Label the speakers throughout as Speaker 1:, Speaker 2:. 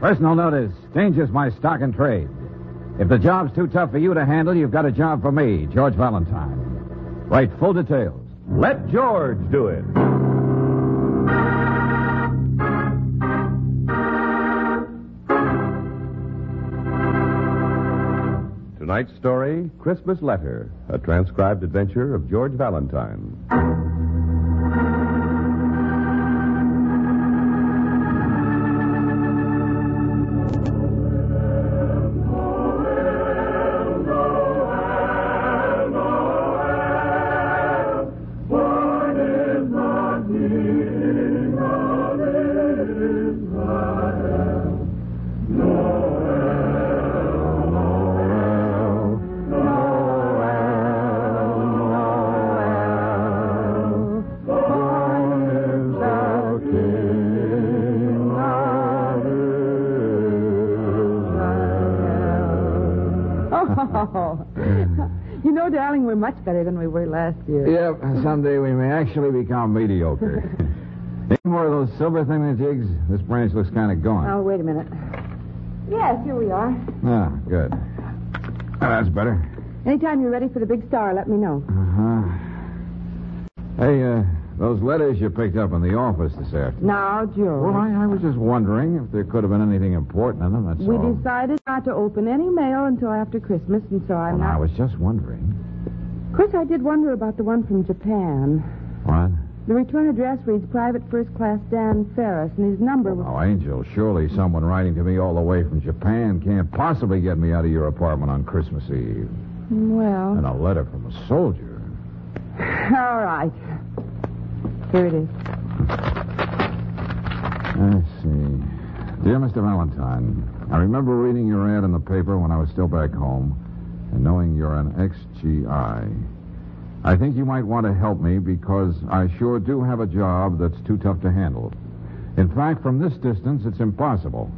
Speaker 1: Personal notice. Danger's my stock and trade. If the job's too tough for you to handle, you've got a job for me, George Valentine. Write full details.
Speaker 2: Let George do it. Tonight's story Christmas Letter, a transcribed adventure of George Valentine.
Speaker 3: Oh. you know, darling, we're much better than we were last year.
Speaker 1: Yep, someday we may actually become mediocre. Need more of those silver thingamajigs? This branch looks kind of gone.
Speaker 3: Oh, wait a minute. Yes, here we are.
Speaker 1: Ah, good. Ah, that's better.
Speaker 3: Anytime you're ready for the big star, let me know.
Speaker 1: Uh-huh. Hey, uh, those letters you picked up in the office this afternoon.
Speaker 3: Now, George.
Speaker 1: Well, I, I was just wondering if there could have been anything important in them, that's
Speaker 3: We
Speaker 1: all.
Speaker 3: decided not to open any mail until after Christmas, and so I'm
Speaker 1: Well, I
Speaker 3: not.
Speaker 1: was just wondering.
Speaker 3: Of course, I did wonder about the one from Japan.
Speaker 1: What?
Speaker 3: The return address reads Private First Class Dan Ferris, and his number was.
Speaker 1: Oh, Angel, surely someone writing to me all the way from Japan can't possibly get me out of your apartment on Christmas Eve.
Speaker 3: Well.
Speaker 1: And a letter from a soldier.
Speaker 3: All right. Here it is.
Speaker 1: I see. Dear Mr. Valentine, I remember reading your ad in the paper when I was still back home and knowing you're an ex-GI. I think you might want to help me because I sure do have a job that's too tough to handle. In fact, from this distance, it's impossible.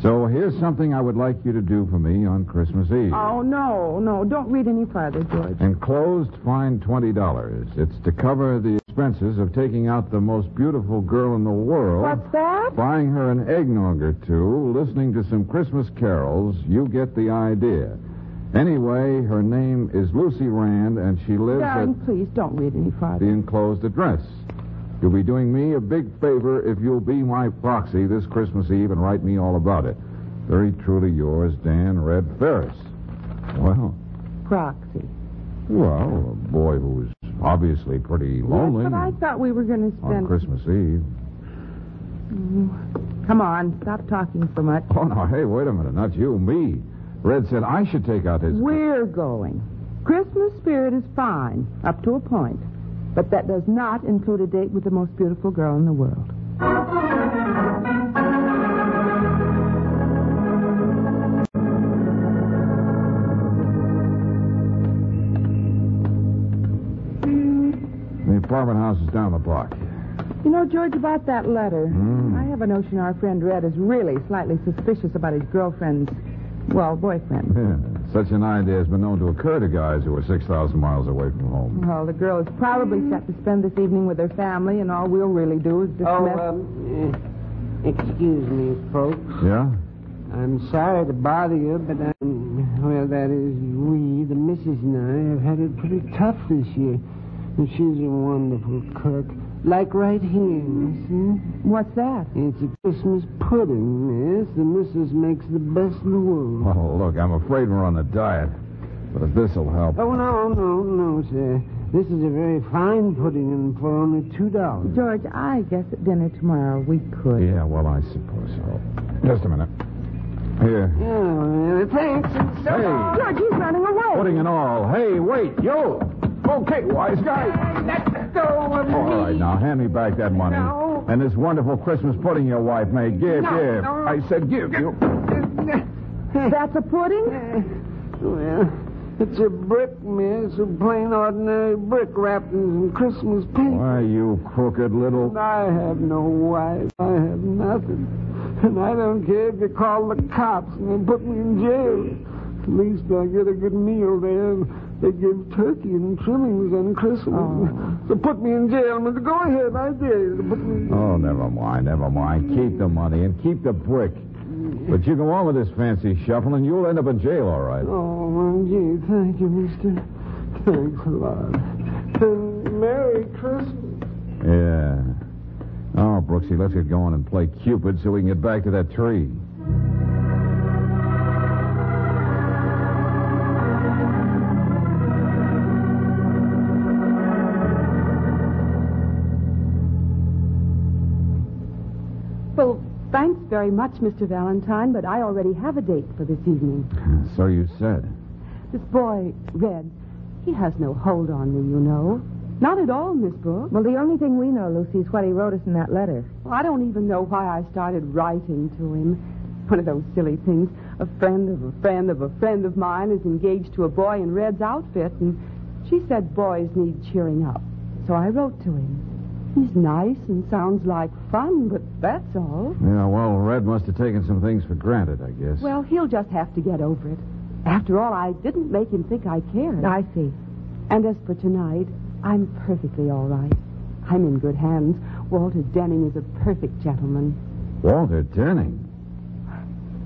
Speaker 1: So here's something I would like you to do for me on Christmas Eve.
Speaker 3: Oh, no, no. Don't read any farther, George.
Speaker 1: Enclosed, fine $20. It's to cover the expenses of taking out the most beautiful girl in the world
Speaker 3: What's that?
Speaker 1: buying her an eggnog or two, listening to some Christmas carols, you get the idea. Anyway, her name is Lucy Rand, and she lives
Speaker 3: Darling,
Speaker 1: at
Speaker 3: please don't read any farther.
Speaker 1: the enclosed address. You'll be doing me a big favor if you'll be my proxy this Christmas Eve and write me all about it. Very truly yours, Dan Red Ferris. Well,
Speaker 3: Proxy.
Speaker 1: well, a boy who's obviously pretty
Speaker 4: Oh,
Speaker 1: lonely
Speaker 3: But I thought we were going to
Speaker 1: on
Speaker 3: spend.
Speaker 1: Christmas Eve.
Speaker 3: Come on, stop talking so much.
Speaker 1: Oh, no, hey, wait a minute. Not you, me. Red said I should take out his.
Speaker 3: We're going. Christmas spirit is fine, up to a point. But that does not include a date with the most beautiful girl in the world.
Speaker 1: The apartment house is down the block.
Speaker 3: You know, George, about that letter, I have a notion our friend Red is really slightly suspicious about his girlfriend's, well, boyfriend.
Speaker 1: Yeah, Such an idea has been known to occur to guys who are 6,000 miles away from home.
Speaker 3: Well, the girl is probably set to spend this evening with her family, and all we'll really do is just
Speaker 5: Oh,
Speaker 3: mess.
Speaker 5: um, eh, excuse me, folks.
Speaker 1: Yeah?
Speaker 5: I'm sorry to bother you, but I'm, well, that is, we, the missus and I, have had it pretty tough this year. And she's a wonderful cook. Like right here, you
Speaker 3: What's that?
Speaker 5: see? It's a Christmas pudding, miss. The missus makes the best in the world.
Speaker 1: Well, look, I'm afraid we're on a diet, but if this'll help.
Speaker 5: Oh, no, no, no, sir. This is a very fine pudding and for only $2.
Speaker 3: George, I guess at dinner tomorrow we could.
Speaker 1: Yeah, well, I suppose so. Just a minute. Here.
Speaker 5: Yeah, thanks. and so long.
Speaker 1: Hey,
Speaker 3: George, he's running away.
Speaker 1: pudding and all. Hey, wait, yo! Okay, wise guy.
Speaker 5: Let go of me.
Speaker 1: All right, now hand me back that money.
Speaker 5: No.
Speaker 1: And this wonderful Christmas pudding your wife made. Give,
Speaker 5: No,
Speaker 1: give.
Speaker 5: no.
Speaker 1: I said give you.
Speaker 3: That's a pudding?
Speaker 5: Well, it's a brick, miss. A plain, ordinary brick wrapped in some Christmas paper.
Speaker 1: Why, you crooked little.
Speaker 5: And I have no wife. I have nothing. And I don't care if you call the cops and they put me in jail. At least I get a good meal there. They give turkey and trimmings on Christmas. So put me in jail, miss. Go ahead, I dare you to put me in jail.
Speaker 1: Oh, never mind, never mind. Keep the money and keep the brick. But you go on with this fancy shuffling, you'll end up in jail, all right.
Speaker 5: Oh, well, gee, thank you, mister. Thanks a lot. And Merry Christmas.
Speaker 1: Yeah. Oh, Brooksy, let's get going and play Cupid so we can get back to that tree.
Speaker 6: Well, thanks very much, Mr. Valentine, but I already have a date for this evening.
Speaker 1: So you said.
Speaker 6: This boy, Red, he has no hold on me, you know. Not at all, Miss Brooks.
Speaker 3: Well, the only thing we know, Lucy, is what he wrote us in that letter.
Speaker 6: Well, I don't even know why I started writing to him. One of those silly things. A friend of a friend of a friend of mine is engaged to a boy in Red's outfit, and she said boys need cheering up. So I wrote to him. He's nice and sounds like fun, but that's all.
Speaker 1: Yeah, well, Red must have taken some things for granted, I guess.
Speaker 6: Well, he'll just have to get over it. After all, I didn't make him think I cared.
Speaker 3: I see.
Speaker 6: And as for tonight, I'm perfectly all right. I'm in good hands. Walter Denning is a perfect gentleman.
Speaker 1: Walter Denning.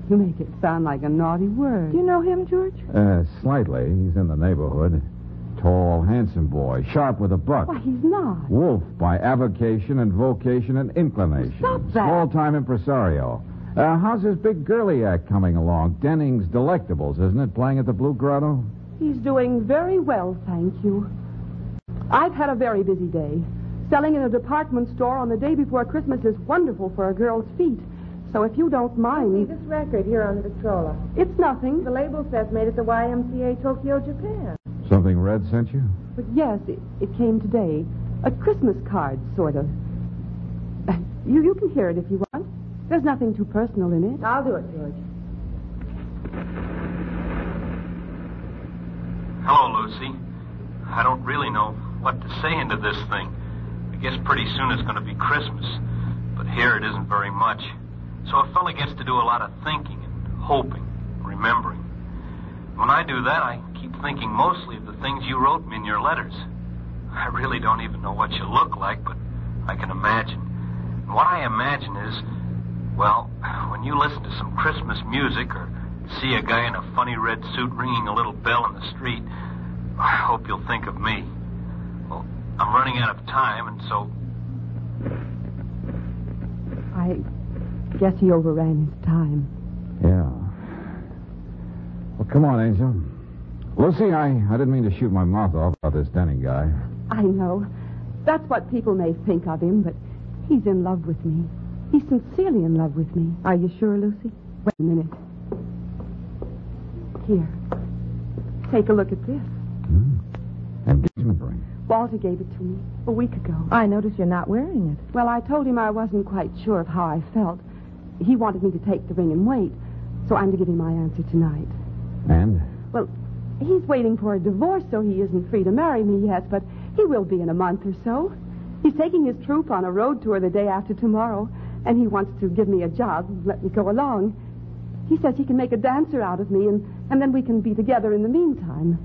Speaker 6: You make it sound like a naughty word.
Speaker 3: Do you know him, George?
Speaker 1: Uh, slightly. He's in the neighborhood. Tall, handsome boy, sharp with a buck.
Speaker 6: Why, he's not.
Speaker 1: Wolf by avocation and vocation and inclination.
Speaker 6: Stop that.
Speaker 1: Small time impresario. Uh, how's his big girly act coming along? Denning's Delectables, isn't it? Playing at the Blue Grotto?
Speaker 6: He's doing very well, thank you. I've had a very busy day. Selling in a department store on the day before Christmas is wonderful for a girl's feet. So if you don't
Speaker 3: See
Speaker 6: mind,
Speaker 3: this record here on the Victrola.
Speaker 6: it's nothing.
Speaker 3: The label says made at the YMCA Tokyo, Japan.
Speaker 1: Something Red sent you?
Speaker 6: But yes, it, it came today. A Christmas card, sort of. You, you can hear it if you want. There's nothing too personal in it.
Speaker 3: I'll do it, George.
Speaker 7: Hello, Lucy. I don't really know what to say into this thing. I guess pretty soon it's going to be Christmas, but here it isn't very much. So a fella gets to do a lot of thinking and hoping, remembering. When I do that, I keep thinking mostly of the things you wrote me in your letters. I really don't even know what you look like, but I can imagine. And what I imagine is, well, when you listen to some Christmas music or see a guy in a funny red suit ringing a little bell in the street, I hope you'll think of me. Well, I'm running out of time, and so
Speaker 6: I guess he overran his time.
Speaker 1: Yeah. Well, come on, Angel. Lucy, I, I didn't mean to shoot my mouth off about this Denning guy.
Speaker 6: I know. That's what people may think of him, but he's in love with me. He's sincerely in love with me.
Speaker 3: Are you sure, Lucy?
Speaker 6: Wait a minute. Here. Take a look at this.
Speaker 1: Engagement ring.
Speaker 6: Walter gave it to me a week ago.
Speaker 3: I notice you're not wearing it.
Speaker 6: Well, I told him I wasn't quite sure of how I felt. He wanted me to take the ring and wait, so I'm to give him my answer tonight.
Speaker 1: And?
Speaker 6: Well, he's waiting for a divorce, so he isn't free to marry me yet, but he will be in a month or so. He's taking his troupe on a road tour the day after tomorrow, and he wants to give me a job and let me go along. He says he can make a dancer out of me, and, and then we can be together in the meantime.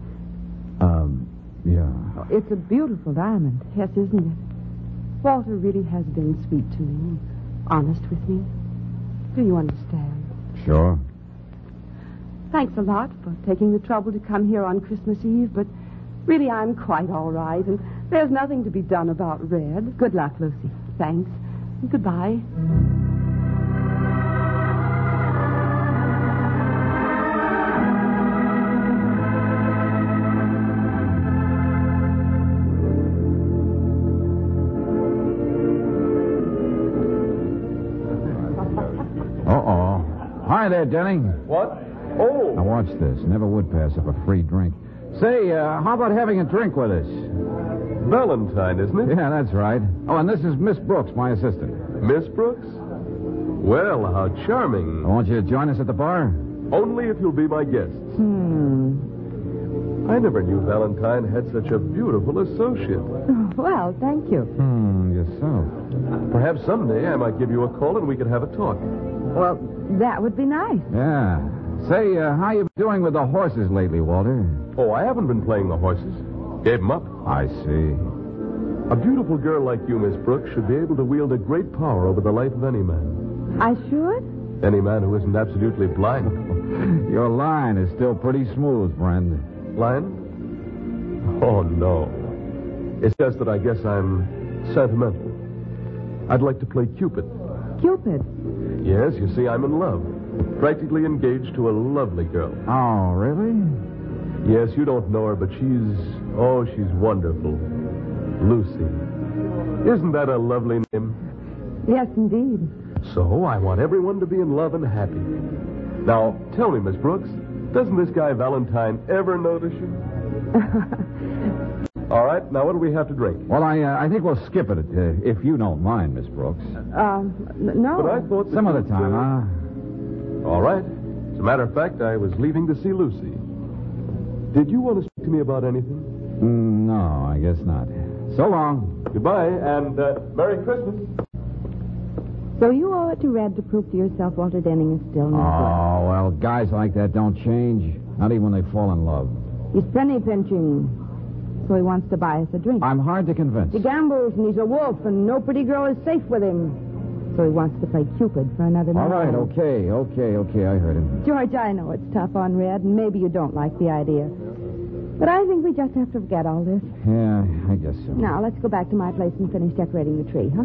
Speaker 1: Um, yeah.
Speaker 3: It's a beautiful diamond.
Speaker 6: Yes, isn't it? Walter really has been sweet to me, honest with me. Do you understand?
Speaker 1: Sure.
Speaker 6: Thanks a lot for taking the trouble to come here on Christmas Eve, but really I'm quite all right, and there's nothing to be done about Red. Good luck, Lucy. Thanks. and Goodbye.
Speaker 1: Uh-oh. Hi there, Denning.
Speaker 2: What? Oh,
Speaker 1: Now watch this. Never would pass up a free drink. Say, uh, how about having a drink with us?
Speaker 2: Valentine, isn't it?
Speaker 1: Yeah, that's right. Oh, and this is Miss Brooks, my assistant.
Speaker 2: Miss Brooks? Well, how
Speaker 1: I
Speaker 2: charming.
Speaker 5: Oh,
Speaker 1: want you to join us at the bar.
Speaker 2: Only if you'll be my guest. Hmm. I never knew Valentine had such a beautiful associate.
Speaker 6: Oh,
Speaker 3: Well, thank you.
Speaker 1: Hmm, yourself.
Speaker 2: Perhaps someday I might give you a call and we could have a talk.
Speaker 3: Well, that would be nice.
Speaker 1: Yeah. Say, uh, how you been doing with the horses lately, Walter?
Speaker 2: Oh, I haven't been playing the horses. Gave 'em up.
Speaker 1: I see.
Speaker 2: A beautiful girl like you, Miss Brooks, should be able to wield a great power over the life of any man.
Speaker 3: I should?
Speaker 2: Any man who isn't absolutely blind.
Speaker 4: Your line is still pretty smooth, friend.
Speaker 2: Blind? Oh, no. It's just that I guess I'm sentimental. I'd like to play Cupid.
Speaker 1: Cupid.
Speaker 2: Yes, you see, I'm in love. Practically engaged to a lovely girl.
Speaker 4: Oh, really?
Speaker 2: Yes, you don't know her, but she's. Oh, she's wonderful. Lucy. Isn't that a lovely name?
Speaker 1: Yes, indeed.
Speaker 2: So I want everyone to be in love and happy. Now, tell me, Miss Brooks, doesn't this guy Valentine ever notice you? All right, now what do we have to drink?
Speaker 4: Well, I uh, I think we'll skip it uh, if you don't mind, Miss Brooks.
Speaker 1: Uh,
Speaker 6: Um,
Speaker 1: n- no.
Speaker 2: But I thought that
Speaker 4: Some
Speaker 2: you
Speaker 4: other
Speaker 2: could,
Speaker 4: time,
Speaker 2: uh,
Speaker 4: huh?
Speaker 2: All right. As a matter of fact, I was leaving to see Lucy. Did you want to speak to me about anything?
Speaker 1: Hmm,
Speaker 4: Mm, no, I guess not. So long.
Speaker 2: Goodbye, and uh, Merry Christmas.
Speaker 1: So you owe it to Red to prove to yourself Walter Denning is still
Speaker 2: Ah.
Speaker 1: not
Speaker 4: Oh, well, guys like that don't change, not even when they fall in love.
Speaker 1: good. He's penny pinching. So he wants to buy us a drink.
Speaker 4: I'm hard to convince.
Speaker 1: He gambles and he's a wolf, and no pretty girl is safe with him. So he wants to play Cupid for another
Speaker 4: All
Speaker 1: night.
Speaker 4: right, okay, okay, okay, I heard him.
Speaker 1: George, I know it's tough on Red, and maybe you don't like the idea. But I think we just have to forget all this.
Speaker 4: Yeah, I guess so.
Speaker 1: Now, let's go back to my place and finish decorating the tree, huh?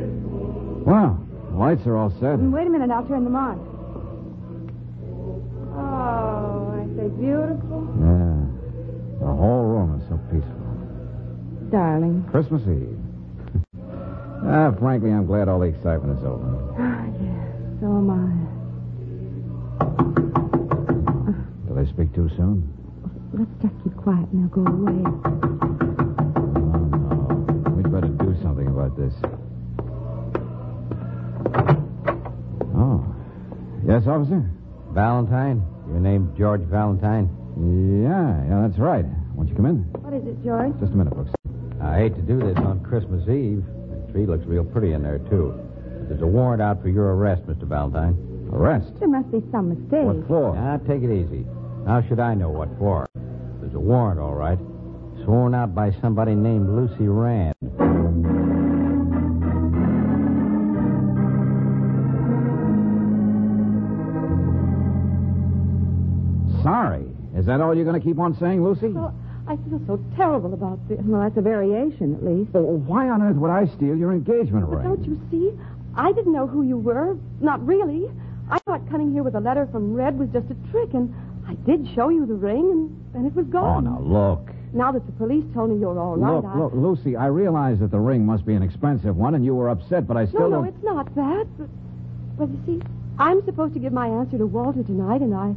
Speaker 4: Wow, the lights are all set.
Speaker 3: Mm,
Speaker 1: Wait a minute, I'll turn them on.
Speaker 6: Oh, I say beautiful.
Speaker 4: Yeah. The whole room is so peaceful.
Speaker 1: Darling.
Speaker 4: Christmas Eve. ah, frankly, I'm glad all the excitement is over.
Speaker 1: Ah, yes, so am I.
Speaker 4: Did I speak too soon?
Speaker 1: Let's just keep quiet and they'll go away.
Speaker 4: Oh, no. We'd better do something about this. Oh. Yes, officer?
Speaker 8: Valentine? Your name's George Valentine?
Speaker 4: Yeah, yeah, that's right. Won't you come in?
Speaker 1: What is it, George?
Speaker 4: Just a minute, Brooks.
Speaker 8: I hate to do this on Christmas Eve. The tree looks real pretty in there, too. But there's a warrant out for your arrest, Mr. Valentine.
Speaker 4: Arrest?
Speaker 1: There must be some mistake.
Speaker 4: What for?
Speaker 8: Now, take it easy. How should I know what for? There's a warrant, all right. Sworn out by somebody named Lucy Rand.
Speaker 4: Sorry. Is that all you're going to keep on saying, Lucy?
Speaker 1: Well, I feel so terrible about this. Well, that's a variation, at least.
Speaker 4: Well, why on earth would I steal your engagement
Speaker 6: But
Speaker 4: ring?
Speaker 6: don't you see? I didn't know who you were. Not really. I thought coming here with a letter from Red was just a trick, and I did show you the ring, and then it was
Speaker 4: Oh,
Speaker 6: gone.
Speaker 4: now look.
Speaker 6: Now that the police told me you're all right,
Speaker 4: Look,
Speaker 6: I...
Speaker 4: look, Lucy, I realize that the ring must be an expensive one, and you were upset, but I
Speaker 6: No,
Speaker 4: still
Speaker 6: no,
Speaker 4: don't.
Speaker 6: it's not that. But, well, you see, I'm supposed to give my answer to Walter tonight, and I,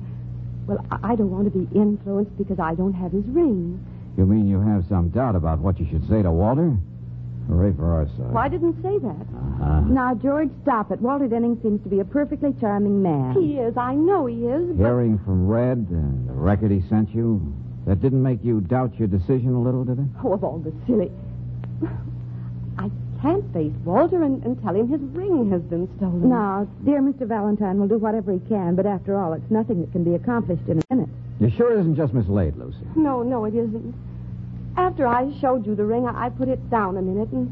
Speaker 6: well, I I don't want to be influenced because I don't have his ring.
Speaker 4: You mean you have some doubt about what you should say to Walter? Hooray for our side.
Speaker 6: Well, I didn't say that.
Speaker 4: Uh-huh.
Speaker 1: Now, George, stop it. Walter Denning seems to be a perfectly charming man.
Speaker 6: He is. I know he is. But
Speaker 4: Hearing from Red and the record he sent you, that didn't make you doubt your decision a little, did it?
Speaker 6: oh, of all the silly. I can't face Walter and, and tell him his ring has been stolen.
Speaker 1: Now, dear Mr. Valentine will do whatever he can, but after all, it's nothing that can be accomplished in a minute.
Speaker 4: You sure isn't just mislaid, Lucy.
Speaker 6: No, no, it isn't. After I showed you the ring, I, I put it down a minute, and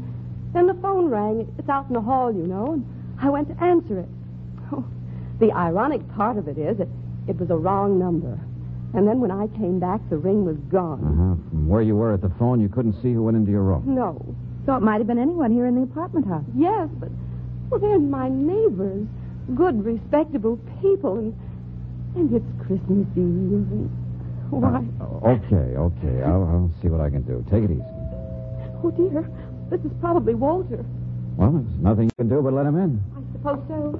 Speaker 6: then the phone rang. It's out in the hall, you know, and I went to answer it. Oh, the ironic part of it is that it was a wrong number. And then when I came back, the ring was
Speaker 4: Uh
Speaker 6: gone.
Speaker 4: huh. From where you were at the phone, you couldn't see who went into your room.
Speaker 6: No.
Speaker 1: So it might have been anyone here in the apartment house.
Speaker 6: Yes, but well, they're my neighbors. Good, respectable people, and and it's Christmas Eve. And, why?
Speaker 4: Uh, Okay, okay. I'll, I'll see what I can do. Take it easy.
Speaker 6: Oh dear, this is probably Walter.
Speaker 4: Well, there's nothing you can do but let him in.
Speaker 6: I suppose so.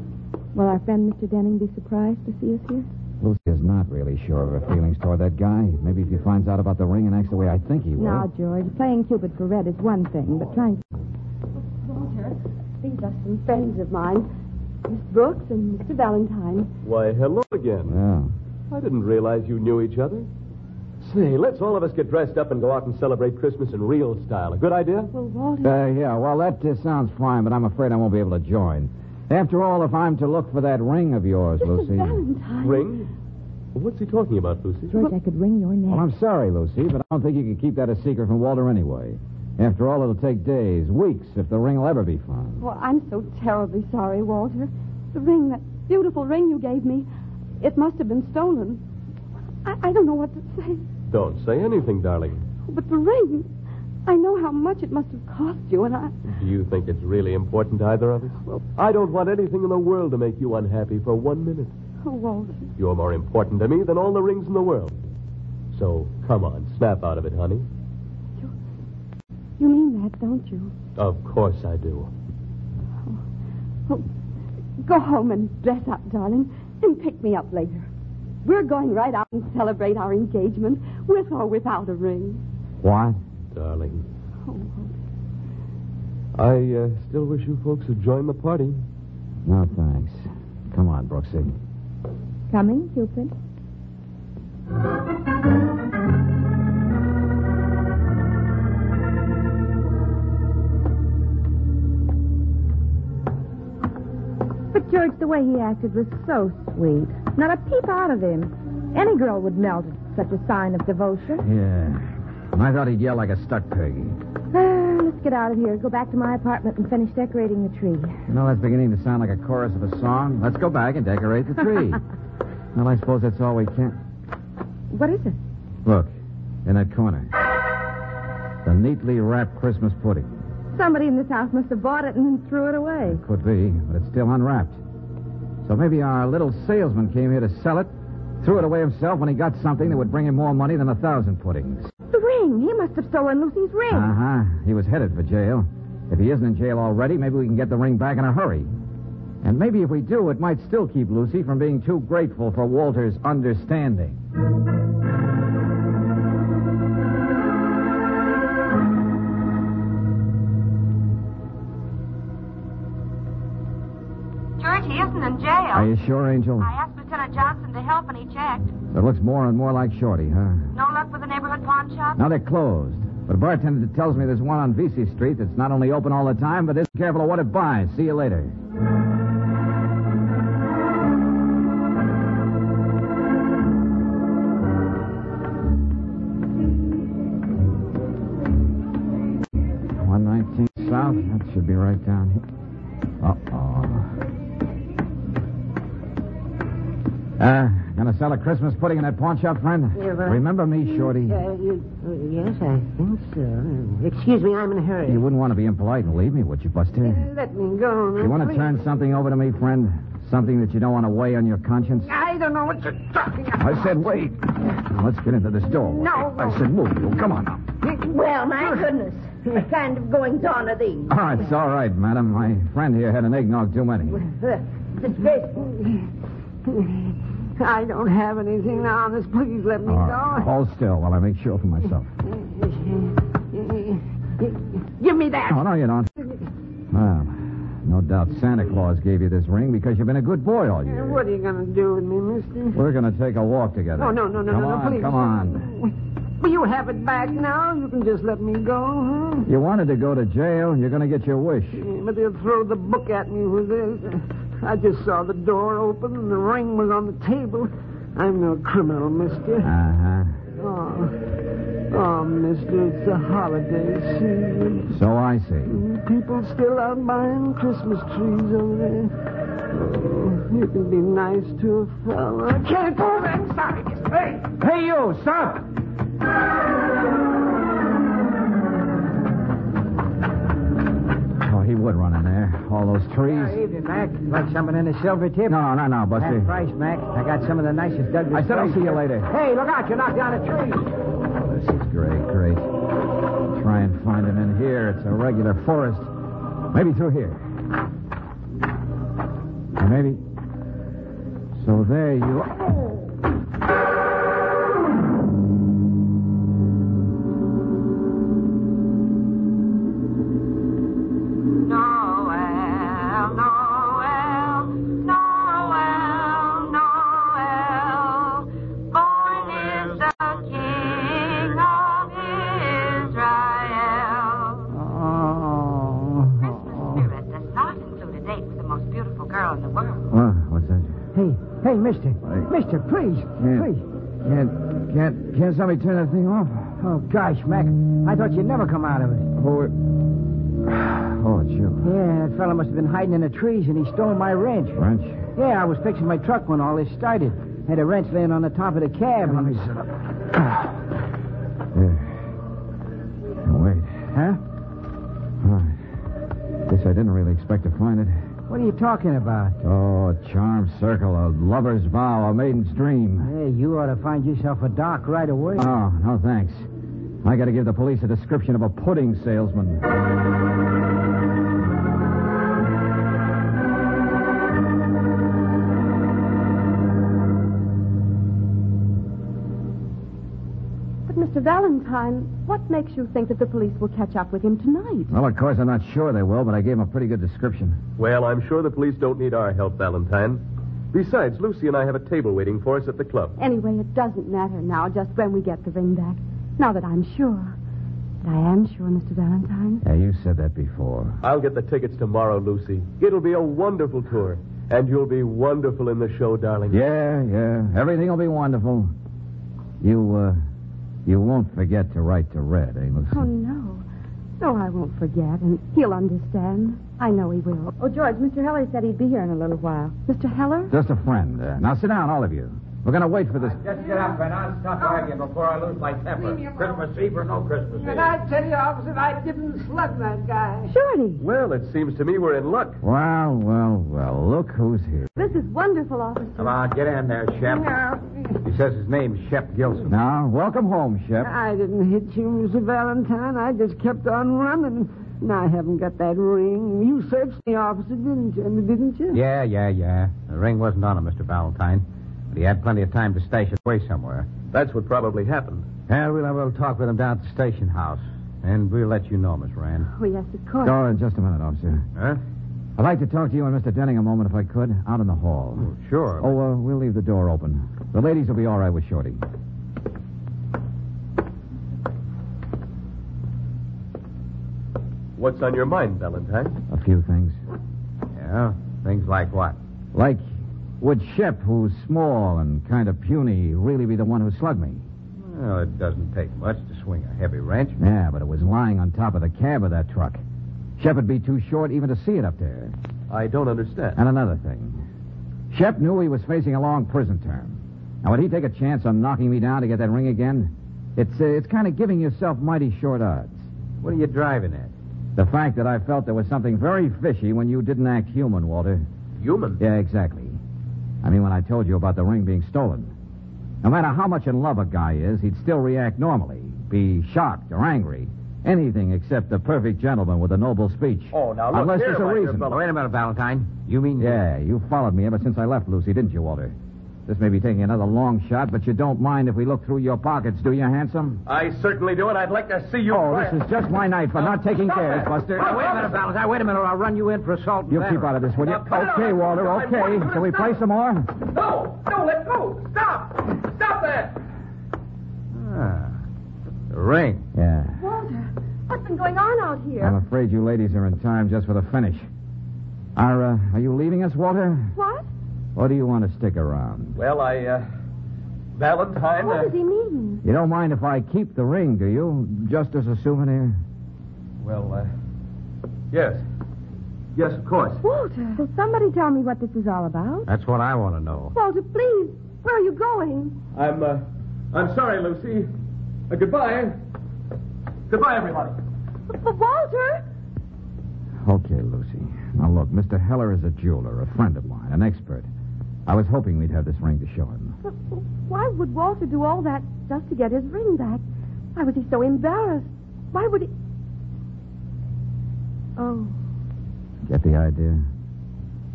Speaker 1: Will our friend Mr. Denning be surprised to see us here?
Speaker 4: Lucy is not really sure of her feelings toward that guy. Maybe if he finds out about the ring and acts the way I think he will.
Speaker 1: Now, George, playing Cupid for Red is one thing, but trying to...
Speaker 6: Walter, these are some friends of mine. Miss Brooks and Mr. Valentine.
Speaker 2: Why, hello again.
Speaker 4: Yeah.
Speaker 2: I didn't realize you knew each other. Say, let's all of us get dressed up and go out and celebrate Christmas in real style. A good idea?
Speaker 6: Well, Walter,
Speaker 4: Uh, yeah, well, that uh, sounds fine, but I'm afraid I won't be able to join. After all, if I'm to look for that ring of yours,
Speaker 6: Mr.
Speaker 4: Lucy.
Speaker 6: Valentine.
Speaker 2: Ring? What's he talking about, Lucy?
Speaker 6: George, I could wring your
Speaker 4: Well,
Speaker 6: neck.
Speaker 4: I'm sorry, Lucy, but I don't think you can keep that a secret from Walter anyway. After all, it'll take days, weeks, if the ring will ever be found.
Speaker 6: Well, Oh, I'm so terribly sorry, Walter. The ring, that beautiful ring you gave me, it must have been stolen. I, I don't know what to say.
Speaker 2: Don't say anything, darling.
Speaker 6: But the ring, I know how much it must have cost you, and I.
Speaker 2: Do you think it's really important to either of us? Well, I don't want anything in the world to make you unhappy for one minute.
Speaker 6: Oh, Walter.
Speaker 2: You're more important to me than all the rings in the world. So come on, snap out of it, honey.
Speaker 6: You mean that, don't you?
Speaker 2: Of course I do.
Speaker 6: Oh, go home and dress up, darling, and pick me up later. We're going right out and celebrate our engagement, with or without a ring.
Speaker 4: What?
Speaker 2: Darling,
Speaker 6: Oh, Walter.
Speaker 2: I uh, still wish you folks would join the party.
Speaker 4: No, thanks. Come on, Brooksy.
Speaker 6: Coming, Cupid? But George, the way he acted was so sweet. Not a peep out of him. Any girl would melt at such a sign of devotion.
Speaker 4: Yeah. And I thought he'd yell like a stuck pig.
Speaker 6: Ah, let's get out of here. Go back to my apartment and finish decorating the tree.
Speaker 4: You know, that's beginning to sound like a chorus of a song. Let's go back and decorate the tree. well, I suppose that's all we can.
Speaker 6: What is it?
Speaker 4: Look, in that corner. The neatly wrapped Christmas pudding.
Speaker 6: Somebody in this house must have bought it and then threw it away.
Speaker 4: It could be, but it's still unwrapped. So maybe our little salesman came here to sell it, threw it away himself when he got something that would bring him more money than a thousand puddings.
Speaker 6: The ring. He must have stolen Lucy's ring.
Speaker 4: Uh huh. He was headed for jail. If he isn't in jail already, maybe we can get the ring back in a hurry. And maybe if we do, it might still keep Lucy from being too grateful for Walter's understanding.
Speaker 9: George, he isn't in jail.
Speaker 4: Are you sure, Angel?
Speaker 9: I asked Lieutenant Johnson to help, and he checked.
Speaker 4: It looks more and more like Shorty, huh?
Speaker 9: No luck with the neighborhood pawn shop?
Speaker 4: Now they're closed. But a bartender tells me there's one on VC Street that's not only open all the time, but isn't careful of what it buys. See you later. One nineteen South. That should be right down here. Uh-oh. Uh, gonna sell a Christmas pudding in that pawn shop, friend?
Speaker 5: Yeah, but-
Speaker 4: Remember me, Shorty?
Speaker 5: Uh, you, uh, yes, I think so. Excuse me, I'm in a hurry.
Speaker 4: You wouldn't want to be impolite and leave me, would you, Buster?
Speaker 5: Let me go.
Speaker 4: You want to
Speaker 5: please.
Speaker 4: turn something over to me, friend? Something that you don't want to weigh on your conscience?
Speaker 5: I don't know what you're talking about.
Speaker 4: I said, wait. Now, let's get into this door.
Speaker 5: No.
Speaker 4: I said, move you. Come on now.
Speaker 5: Well, my goodness. What kind of goings on are these?
Speaker 4: All right, it's all right, madam. My friend here had an eggnog too many.
Speaker 5: Uh, disgraceful. I don't have anything now. This please let me
Speaker 4: All right,
Speaker 5: go.
Speaker 4: hold still while I make sure for myself.
Speaker 5: Give me that.
Speaker 4: No, no, you don't. Well, no doubt Santa Claus gave you this ring because you've been a good boy all
Speaker 5: Uh,
Speaker 4: year.
Speaker 5: What are you going to do with me, mister?
Speaker 4: We're going to take a walk together.
Speaker 5: Oh, no, no, no,
Speaker 4: come
Speaker 5: no, no,
Speaker 4: on,
Speaker 5: please.
Speaker 4: Come on.
Speaker 5: Will you have it back now? You can just let me go, huh?
Speaker 4: You wanted to go to jail. You're going to get your wish.
Speaker 5: Yeah, But they'll throw the book at me with this. I just saw the door open and the ring was on the table. I'm no criminal, mister.
Speaker 4: Uh-huh.
Speaker 5: Oh, oh mister, it's the holiday season.
Speaker 4: So I see.
Speaker 5: People still out buying Christmas trees over there. Oh, you can be nice to a fellow. I can't do that. I'm sorry, mister. Hey!
Speaker 4: Hey, you, stop! Oh, he would run in there. All those trees.
Speaker 10: Ah, Evening, Mac. Want something in a silver tip?
Speaker 4: No, no, no, no, Buster.
Speaker 10: Half price, Mac. I got some of the nicest Douglas.
Speaker 4: I said I'll
Speaker 10: grapes.
Speaker 4: see you later. Oh,
Speaker 10: Hey, look out! You knocked down a tree.
Speaker 4: This is great, great. Try and find him in here. It's a regular forest. Maybe through here. Or Maybe. So there you are.
Speaker 9: Noel, Noel, Noel, Noel. Born is the King of Israel.
Speaker 4: Oh.
Speaker 9: Christmas spirit does not include a date with the most beautiful girl in the world.
Speaker 4: Well, what's that?
Speaker 10: Hey, hey, Say, mister. Mister, please.
Speaker 4: Hmm.
Speaker 10: Please.
Speaker 4: Can't, can't, can't somebody turn that thing off?
Speaker 10: Oh, gosh, Mac. I thought you'd never come out of it.
Speaker 4: Oh, it... oh, it's you.
Speaker 10: Yeah, that fella must have been hiding in the trees and he stole my wrench.
Speaker 4: Wrench?
Speaker 10: Yeah, I was fixing my truck when all this started. Had a wrench laying on the top of the cab.
Speaker 4: Let me sit up. Yeah. Now, Wait.
Speaker 10: Huh?
Speaker 4: All right. Guess I didn't really expect to find it.
Speaker 10: What are you talking about?
Speaker 4: Oh, a charmed circle, a lover's vow, a maiden's dream.
Speaker 10: Hey, you ought to find yourself a doc right away.
Speaker 4: Oh, no thanks. I gotta give the police a description of a pudding salesman.
Speaker 6: But, Mr. Valentine, what makes you think that the police will catch up with him tonight?
Speaker 4: Well, of course, I'm not sure they will, but I gave them a pretty good description.
Speaker 2: Well, I'm sure the police don't need our help, Valentine. Besides, Lucy and I have a table waiting for us at the club.
Speaker 6: Anyway, it doesn't matter now just when we get the ring back, now that I'm sure. But I am sure, Mr. Valentine.
Speaker 4: Yeah, you said that before.
Speaker 2: I'll get the tickets tomorrow, Lucy. It'll be a wonderful tour. And you'll be wonderful in the show, darling.
Speaker 4: Yeah, yeah. Everything will be wonderful. You, uh, you won't forget to write to Red, eh, Lucy?
Speaker 6: Oh, no. No, I won't forget, and he'll understand. I know he will.
Speaker 11: Oh, George, Mr. Heller said he'd be here in a little while.
Speaker 6: Mr. Heller?
Speaker 4: Just a friend. Uh, now sit down, all of you. We're going to wait for this.
Speaker 12: Just get up and I'll stop arguing before I lose my temper. Christmas Eve or no Christmas Eve.
Speaker 13: And I tell you, officer, I didn't slap that guy.
Speaker 6: Surety.
Speaker 2: Well, it seems to me we're in luck.
Speaker 4: Well, well, well. Look who's here.
Speaker 6: This is wonderful, officer.
Speaker 12: Come on, get in there, Shep. He says his name's Shep Gilson.
Speaker 4: Now, welcome home, Shep.
Speaker 6: Uh,
Speaker 5: I didn't hit you, Mr. Valentine. I just kept on running. And I haven't got that ring. You searched the officer, didn't you? Didn't you?
Speaker 12: Yeah, yeah, yeah. The ring wasn't on him, Mr. Valentine. But he had plenty of time to stash it away somewhere.
Speaker 2: That's what probably happened.
Speaker 12: Yeah, we'll have a little talk with him down at the station house. And we'll let you know, Miss Rand.
Speaker 6: Oh, yes, of course.
Speaker 4: Go in just a minute, officer.
Speaker 12: Huh?
Speaker 4: I'd like to talk to you and Mr. Denning a moment, if I could, out in the hall.
Speaker 12: Sure.
Speaker 4: Oh, uh, we'll leave the door open. The ladies will be all right with Shorty.
Speaker 2: What's on your mind, Valentine?
Speaker 4: A few things.
Speaker 12: Yeah? Things like what?
Speaker 4: Like, would Shep, who's small and kind of puny, really be the one who slugged me?
Speaker 12: Well, it doesn't take much to swing a heavy wrench.
Speaker 4: Yeah, but it was lying on top of the cab of that truck. Shep would be too short even to see it up there.
Speaker 2: I don't
Speaker 14: Uh,
Speaker 2: understand.
Speaker 4: And another thing. Shep knew he was facing a long prison term. Now, would he take a chance on knocking me down to get that ring again? It's, uh, it's kind of giving yourself mighty short odds.
Speaker 12: What are you driving at?
Speaker 4: The fact that I felt there was something very fishy when you didn't act human, Walter.
Speaker 2: Human?
Speaker 4: Yeah, exactly. I mean, when I told you about the ring being stolen. No matter how much in love a guy is, he'd still react normally, be shocked or angry. Anything except the perfect gentleman with a noble speech.
Speaker 12: Oh, now look
Speaker 4: Unless
Speaker 12: here,
Speaker 4: there's a
Speaker 12: my dear
Speaker 4: reason.
Speaker 12: fellow. Wait a minute, Valentine. You mean
Speaker 4: Yeah, you followed me ever since I left Lucy, didn't you, Walter? This may be taking another long shot, but you don't mind if we look through your pockets, do you, handsome?
Speaker 2: I certainly do, and I'd like to see you.
Speaker 4: oh,
Speaker 2: fired.
Speaker 4: this is just my night for not taking
Speaker 12: Stop
Speaker 4: care,
Speaker 12: it.
Speaker 4: Buster.
Speaker 12: Now, wait a minute, Valentine. Wait a minute, or I'll run you in for assault. and
Speaker 4: You
Speaker 12: battery.
Speaker 4: keep out of this, will you?
Speaker 12: Now, cut it
Speaker 4: Okay,
Speaker 12: out.
Speaker 4: Walter,
Speaker 12: I want you
Speaker 4: okay.
Speaker 12: to
Speaker 4: Shall we
Speaker 12: stop.
Speaker 4: play some more?
Speaker 12: No, no, let go. Stop. Stop that. Ah, the ring.
Speaker 4: Yeah.
Speaker 6: Walter, what's been going on out here?
Speaker 4: I'm afraid you ladies are in time just for the finish. Are, uh, are you leaving us, Walter?
Speaker 6: What?
Speaker 11: Uh-huh.
Speaker 4: Or do you want to stick around?
Speaker 2: Well, I, uh. Valentine.
Speaker 6: What
Speaker 2: uh,
Speaker 6: does he mean?
Speaker 4: You don't mind if I keep the ring, do you? Just as a souvenir?
Speaker 2: Well, uh. Yes. Yes, of course.
Speaker 6: Walter.
Speaker 11: Will somebody tell me what this is all about?
Speaker 12: That's what I want to know.
Speaker 6: Walter, please. Where are you going?
Speaker 2: I'm, uh. I'm sorry, Lucy. Uh, goodbye. Goodbye, everybody.
Speaker 6: But Walter!
Speaker 4: Okay, Lucy. Now, look, Mr. Heller is a jeweler, a friend of mine, an expert. I was hoping we'd have this ring to show him.
Speaker 6: But Why would Walter do all that just to get his ring back? Why was he so embarrassed? Why would he. Oh,
Speaker 4: Get the idea?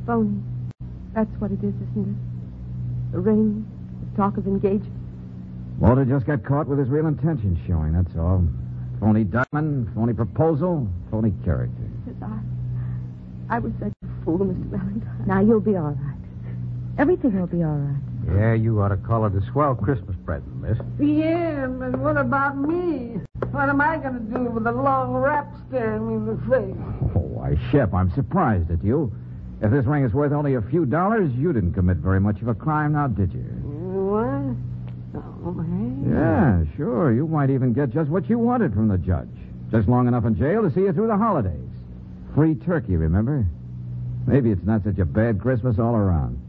Speaker 6: phony. That's what it is, isn't it? The ring, the talk of engagement.
Speaker 4: Walter just got caught with his real intentions showing, that's all. Phony diamond, phony proposal, phony character.
Speaker 6: I, I was such a fool, Mr. Valentine.
Speaker 11: Now, you'll be all right. Everything will be all right.
Speaker 12: Yeah, you ought to call it a swell Christmas present, miss.
Speaker 5: Yeah, but what about me? What am I going to do with a long rap staring me in the face?
Speaker 4: Oh, why, Shep, I'm surprised at you. If this ring is worth only a few dollars, you didn't commit very much of a crime now, did you?
Speaker 5: What? Oh, hey.
Speaker 4: Yeah, sure. You might even get just what you wanted from the judge. Just long enough in jail to see you through the holidays. Free turkey, remember? Maybe it's not such a bad Christmas all around.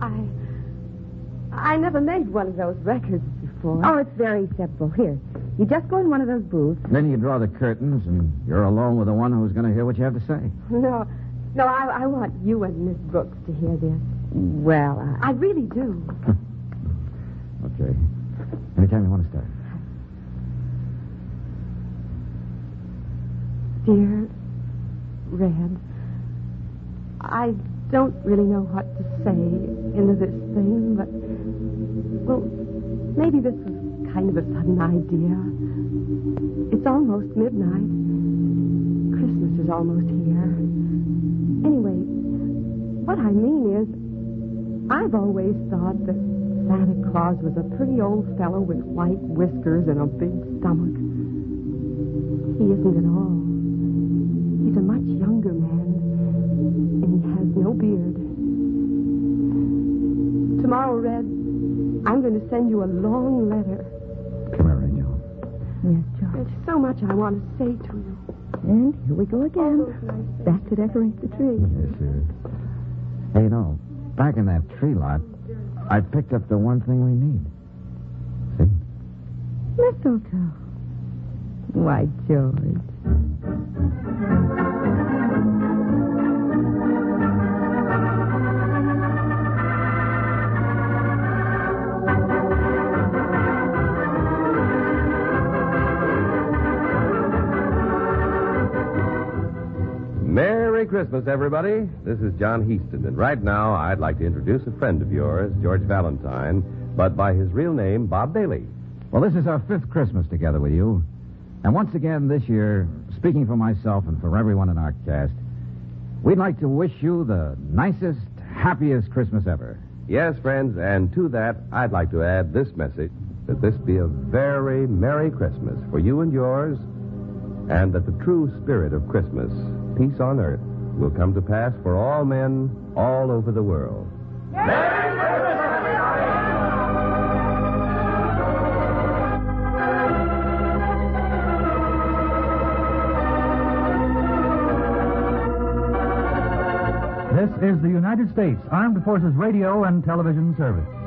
Speaker 6: I. I never made one of those records before. Oh, it's very simple. Here, you just go in one of those booths.
Speaker 4: Then you draw the curtains, and you're alone with the one who's going to hear what you have to say.
Speaker 6: No, no, I, I want you and Miss Brooks to hear this.
Speaker 4: Well,
Speaker 6: I really do.
Speaker 4: Okay. Anytime you want to start.
Speaker 6: Dear Red, I don't really know what to say into this thing, but, well, maybe this was kind of a sudden idea. It's almost midnight. Christmas is almost here. Anyway, what I mean is, I've always thought that Santa Claus was a pretty old fellow with white whiskers and a big stomach. He isn't at all. He's a much younger man, and he has no beard. Tomorrow, Red, I'm going to send you a long letter.
Speaker 4: Yes,
Speaker 6: There's so much I want to say to you. And here we go again. Back to decorate the tree.
Speaker 4: Yes, sir. Hey, you know, back in that tree lot, I picked up the one thing we need.
Speaker 6: Mistletoe. Why, George.
Speaker 14: Merry Christmas, everybody. This is John Heaston, and right now I'd like to introduce a friend of yours, George Valentine, but by his real name, Bob Bailey.
Speaker 4: Well, this is our fifth Christmas together with you. And once again this year, speaking for myself and for everyone in our cast, we'd like to wish you the nicest, happiest Christmas ever.
Speaker 14: Yes, friends, and to that, I'd like to add this message that this be a very Merry Christmas for you and yours, and that the true spirit of Christmas, peace on earth, will come to pass for all men all over the world.
Speaker 9: This is the United States Armed Forces Radio and Television Service.